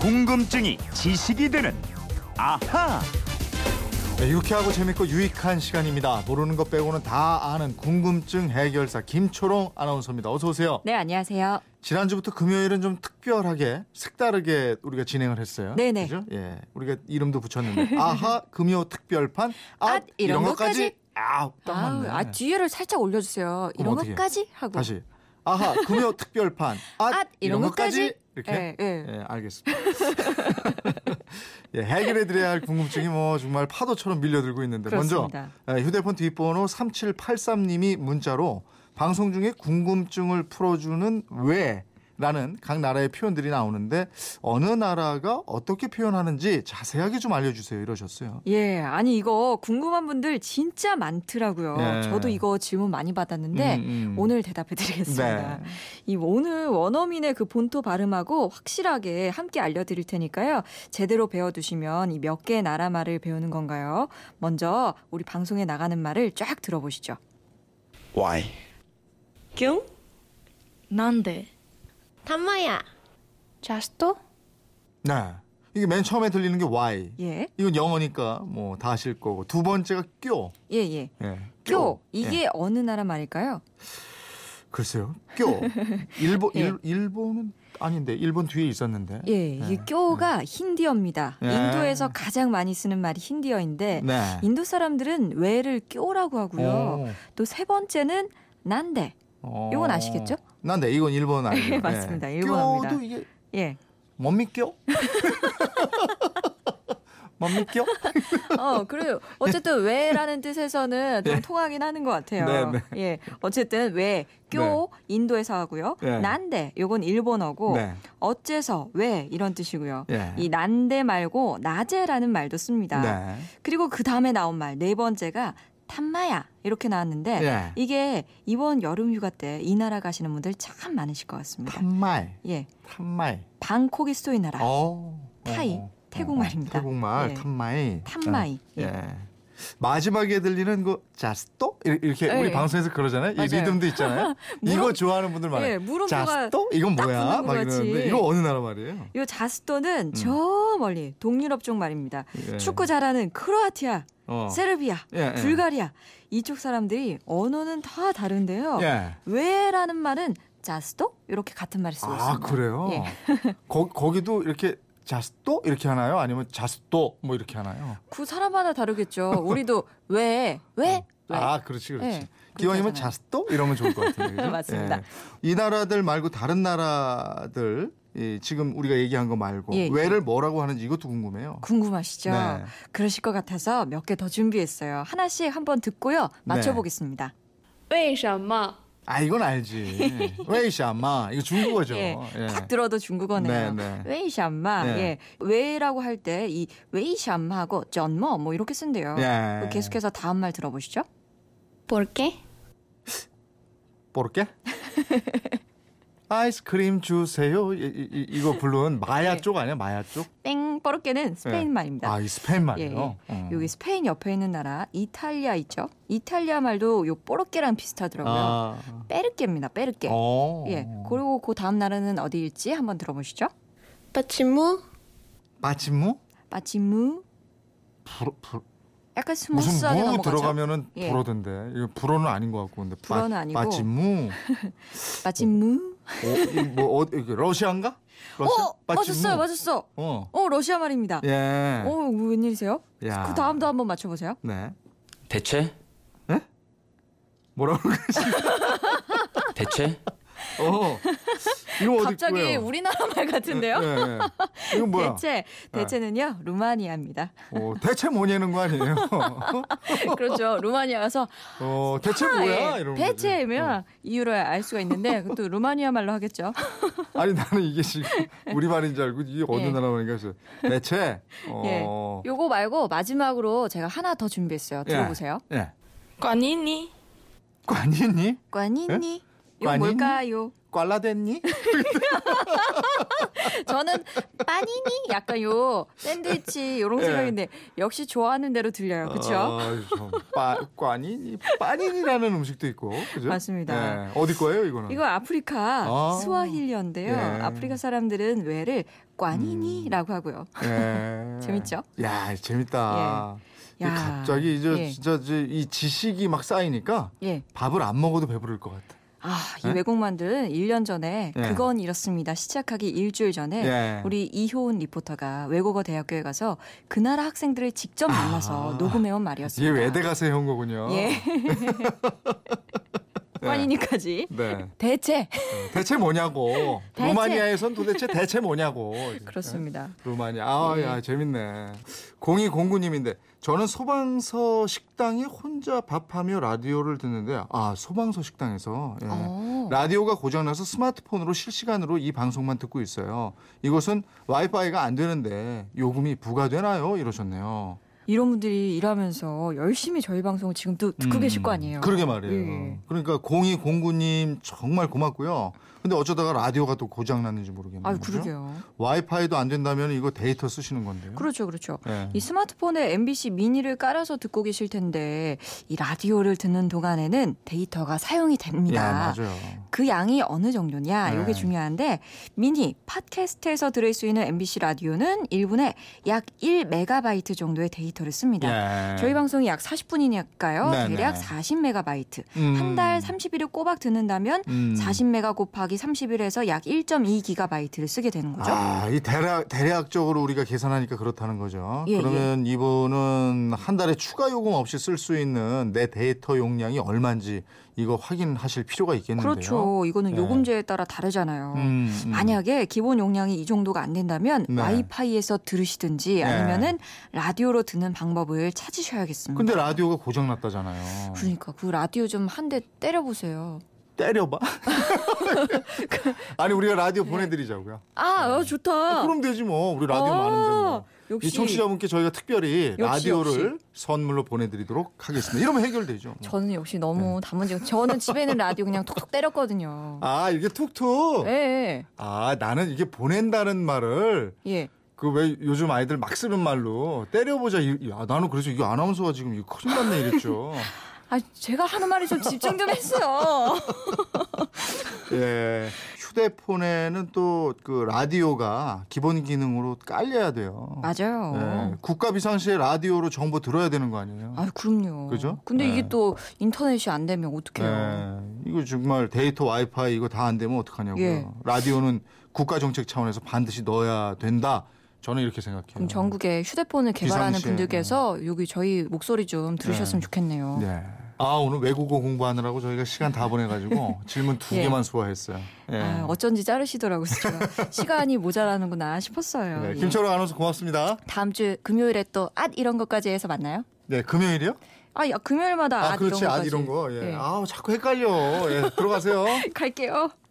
궁금증이 지식이 되는 아하. 네, 유쾌하고 재밌고 유익한 시간입니다. 모르는 것 빼고는 다 아는 궁금증 해결사 김초롱 아나운서입니다. 어서 오세요. 네, 안녕하세요. 지난주부터 금요일은 좀 특별하게 색다르게 우리가 진행을 했어요. 네네. 그죠? 예. 우리가 이름도 붙였는데 아하 금요 특별판 앗 앗, 이런 것까지. 아우 딱 아우, 맞네. 아, 뒤에를 살짝 올려주세요. 이런 어떡해? 것까지 하고. 다시 아하 금요 특별판 앗, 앗, 이런 것까지. 이렇게 예, 예. 예, 알겠습니다. 예, 해결해 드려야 할 궁금증이 뭐 정말 파도처럼 밀려들고 있는데 그렇습니다. 먼저 예, 휴대폰 뒷번호 3783님이 문자로 방송 중에 궁금증을 풀어주는 왜 라는 각 나라의 표현들이 나오는데 어느 나라가 어떻게 표현하는지 자세하게 좀 알려주세요 이러셨어요. 예, 아니 이거 궁금한 분들 진짜 많더라고요. 예. 저도 이거 질문 많이 받았는데 음, 음. 네, 오늘 대답해 드리겠습니다. 네. 이 오늘 원어민의 그 본토 발음하고 확실하게 함께 알려 드릴 테니까요. 제대로 배워 두시면 이 몇 개의 나라 말을 배우는 건가요? 먼저 우리 방송에 나가는 말을 쫙 들어보시죠. Why? क्यों なんで थम्माया ジャスト 네. 이게 맨 처음에 들리는 게 why. 예. 이건 영어니까 뭐 다 아실 거고 두 번째가 껴. 예, 예. 예. 교. 이게 어느 나라 말일까요? 글쎄요. 껴. 일본 예. 일, 일본은 아닌데 일본 뒤에 있었는데. 예, 네. 이 교가 힌디어입니다. 예. 인도에서 가장 많이 쓰는 말이 힌디어인데 네. 인도 사람들은 외를 껴라고 하고요. 또 세 번째는 난데. 오. 요건 아시겠죠? 어. 난데 이건 일본 아니에요. 예, 맞습니다. 일본어입니다. 껴도 이게 예. 못 믿겨? 못 믿겨? 어, 그래요. 어쨌든 외라는 뜻에서는 좀 통하긴 하는 것 같아요. 네, 예. 어쨌든 외, 껴 인도에서 하고요. 네. 난데 요건 일본어고 네. 어째서 왜 이런 뜻이고요. 예. 이 난데 말고 낮에라는 말도 씁니다. 네. 그리고 그 다음에 나온 말 네 번째가 탐마야 이렇게 나왔는데 예. 이게 이번 여름 휴가 때 이 나라 가시는 분들 참 많으실 것 같습니다. 탄말. 예, 탄말. 방콕이 수도인 나라 어. 타이, 어. 태국말입니다. 태국말 예. 탄마이. 탐마이. 예. 예. 마지막에 들리는 그 자스토 이렇- 이렇게 예. 우리 방송에서 그러잖아요. 이 맞아요. 리듬도 있잖아요. 이거 무릎- 좋아하는 분들 많아요. 예, 물음표가 자스토 이건 딱 뭐야? 붙는 막 거라지. 이러는데 이거 어느 나라 말이에요? 요 자스토는 음. 저 멀리 동유럽 쪽 말입니다. 예. 축구 잘하는 크로아티아, 어. 세르비아, 예, 예. 불가리아 이쪽 사람들이 언어는 다 다른데요. 예. 왜라는 말은 자스토 이렇게 같은 말을 쓰고 아 있습니다. 그래요? 예. 거, 거기도 이렇게 자스토 이렇게 하나요? 아니면 자스토 뭐 이렇게 하나요? 그 사람마다 다르겠죠. 우리도 왜, 왜, 왜. 아 그렇지 그렇지. 예, 기왕이면 네. 그렇게 하잖아요. 자스토 이러면 좋을 것 같은데. 그죠? 맞습니다. 예. 이 나라들 말고 다른 나라들 이 지금 우리가 얘기한 거 말고 예, 예. 왜를 뭐라고 하는지 이것도 궁금해요. 궁금하시죠? 네. 그러실 것 같아서 몇 개 더 준비했어요. 하나씩 한번 네. 듣고요. 맞춰보겠습니다. 为什么 아 이건 알지. 웨이샤마 이거 중국어죠. 예, 예. 딱 들어도 네, 중국어네요. 네. 웨이샴마. 네. 예. 웨이라고 할 때 이 웨이샴마하고 전머 뭐 이렇게 쓴대요. 예. 계속해서 다음 말 들어보시죠. ¿Por qué? 볼게. 아이스크림 주세요. 이, 이, 이, 거 부른 마야 예. 쪽 아니야? 마야 쪽? 땡 뻐르게는 스페인 예. 말입니다. 아, 음. 이 스페인 예, 말이요. 어. 예. 여기 스페인 옆에 있는 나라 이탈리아 있죠? 이탈리아 말도 요 뽀르게랑 비슷하더라고요. 아. 빼르게입니다. 빼르게. 어. 예. 그리고 그 다음 나라는 어디일지 한번 들어보시죠. पश्चिमू 마침무? 빠치무. 불어, 불, 약간 무슨 스무스하게 무 넘어가죠. 들어가면은 예. 불어던데. 이거 불어는 아닌 것 같고 근데 마- 불어는 아니고. 마침무. 빠치무. 어, 이 뭐 어, 이게 러시아인가? 러시아? 어, 맞았어요. 맞았어. 어. 어, 러시아 말입니다. 예. 어, 웬일이세요? 야. 그 다음도 한번 맞춰보세요. 네. 대체? 뭐라고 대체? 어. 이거 어디 갑자기 거예요? 우리나라 말 같은데요? 예, 예. 이거 뭐야? 예. 대체 대체는요 루마니아입니다. 어, 대체 뭐냐는 거 아니에요? 그렇죠. 루마니아 가서 어, 대체 뭐야? 어. 이런 거지. 아, 예. 대체면 이유를 알 수가 있는데 또 루마니아 말로 하겠죠. 어. 아니 나는 이게 지금 우리 말인 줄 알고 이게 어느 예. 나라 말인가 해서 대체 어. 예. 요거 말고 마지막으로 제가 하나 더 준비했어요. 들어보세요. 예. 管理你 관이니? 꽈니니 이거 꽈니? 뭘까요? 꽐라됐니? 저는 빠니니 약간 요 샌드위치 요런 예. 어. 생각인데 역시 좋아하는 대로 들려요. 그렇죠? 꽈니니 빠니니라는 음식도 있고 그죠? 맞습니다. 예. 어디 거예요 이거는? 이거 아프리카 아. 스와힐리언데요. 예. 아프리카 사람들은 왜를 음. 꽈니니라고 하고요. 예. 재밌죠? 야 재밌다. 예. 야. 이 갑자기 이제 예. 진짜 이제 이 지식이 막 쌓이니까 예. 밥을 안 먹어도 배부를 것 같아. 아, 이 예? 외국만들은 1년 전에 예. 그건 이렇습니다. 시작하기 일주일 전에 예. 우리 이효은 리포터가 외국어 대학교에 가서 그 나라 학생들을 직접 아. 만나서 녹음해온 말이었습니다. 얘 외대 가서 해온 거군요. 예. 어? 꽈니니까지. 네. 대체. 대체 뭐냐고. 대체. 루마니아에선 도대체 대체 뭐냐고. 그렇습니다. 루마니아. 아, 네. 야, 재밌네. 0209님인데, 저는 소방서 식당에 혼자 밥하며 라디오를 듣는데, 아, 소방서 식당에서. 예. 어. 라디오가 고장나서 스마트폰으로 실시간으로 이 방송만 듣고 있어요. 이곳은 와이파이가 안 되는데 요금이 부과되나요? 이러셨네요. 이런 분들이 일하면서 열심히 저희 방송을 지금 또 듣고 음, 계실 거 아니에요. 그러게 말이에요. 예. 그러니까 0209님 정말 고맙고요. 근데 어쩌다가 라디오가 또 고장났는지 모르겠네요. 아, 그죠? 예? 그러게요. 와이파이도 안 된다면 이거 데이터 쓰시는 건데요. 그렇죠, 그렇죠. 예. 이 스마트폰에 MBC 미니를 깔아서 듣고 계실 텐데 이 라디오를 듣는 동안에는 데이터가 사용이 예, 됩니다. 맞아요. 그 양이 어느 정도냐 네. 이게 중요한데 미니 팟캐스트에서 들을 수 있는 MBC 라디오는 1분에 약 1메가바이트 정도의 데이터를 씁니다. 예. 저희 방송이 약 40분이니까요. 네, 대략 네. 40메가바이트. 음. 한 달 30일을 꼬박 듣는다면 음. 40메가 곱하기 30일에서 약 1.2기가바이트를 쓰게 되는 거죠. 아, 이 대략 대략적으로 우리가 계산하니까 그렇다는 거죠. 예, 그러면 이분은 한 달에 추가 요금 없이 쓸 수 있는 내 데이터 용량이 얼마인지 이거 확인하실 필요가 있겠는데요. 그렇죠. 이거는 네. 요금제에 따라 다르잖아요. 음, 음. 만약에 기본 용량이 이 정도가 안 된다면 네. 와이파이에서 들으시든지 아니면은 라디오로 듣는 방법을 찾으셔야겠습니다. 근데 라디오가 고장 났다잖아요. 그러니까 그 라디오 좀 한 대 때려보세요. 때려봐. 아니 우리가 라디오 보내드리자고요. 예. 아, 어, 좋다. 그럼 되지 뭐. 우리 라디오 아, 많은데 뭐. 역시 이 청취자분께 저희가 특별히 역시, 라디오를 역시. 선물로 보내드리도록 하겠습니다. 이러면 해결되죠. 뭐. 저는 역시 너무 단문지근. 저는 집에 있는 라디오 그냥 톡톡 때렸거든요. 아 이게 툭툭. 예, 아 나는 이게 보낸다는 말을 예, 예. 그 왜 요즘 아이들 막 쓰는 말로 때려보자. 이- 야 나는 그래서 이거 아나운서가 지금 이거 큰일 났네 이랬죠. 아, 제가 하는 말에 좀 집중 좀 했어요. 예. 휴대폰에는 또 그 라디오가 기본 기능으로 깔려야 돼요. 맞아요. 예, 국가 비상시에 라디오로 정보 들어야 되는 거 아니에요? 아, 그럼요. 그죠? 근데 네. 이게 또 인터넷이 안 되면 어떡해요. 예, 이거 정말 데이터 와이파이 이거 다 안 되면 어떡하냐고요. 예. 라디오는 국가 정책 차원에서 반드시 넣어야 된다. 저는 이렇게 생각해요. 그럼 전국에 휴대폰을 어. 개발하는 비상시에, 네. 분들께서 여기 저희 목소리 좀 들으셨으면 좋겠네요. 네. 아 오늘 외국어 공부하느라고 저희가 시간 다 보내가지고 질문 두 예. 개만 소화했어요. 예. 아, 어쩐지 자르시더라고요. 제가. 시간이 모자라는구나 싶었어요. 네, 예. 김철호 아나운서 고맙습니다. 다음 주 금요일에 또 앗 이런 것까지 해서 만나요? 네 금요일이요? 아, 야, 금요일마다 아, 앗 그렇지 이런 아 것까지. 이런 거. 예. 예. 아우 자꾸 헷갈려. 예, 들어가세요. 갈게요.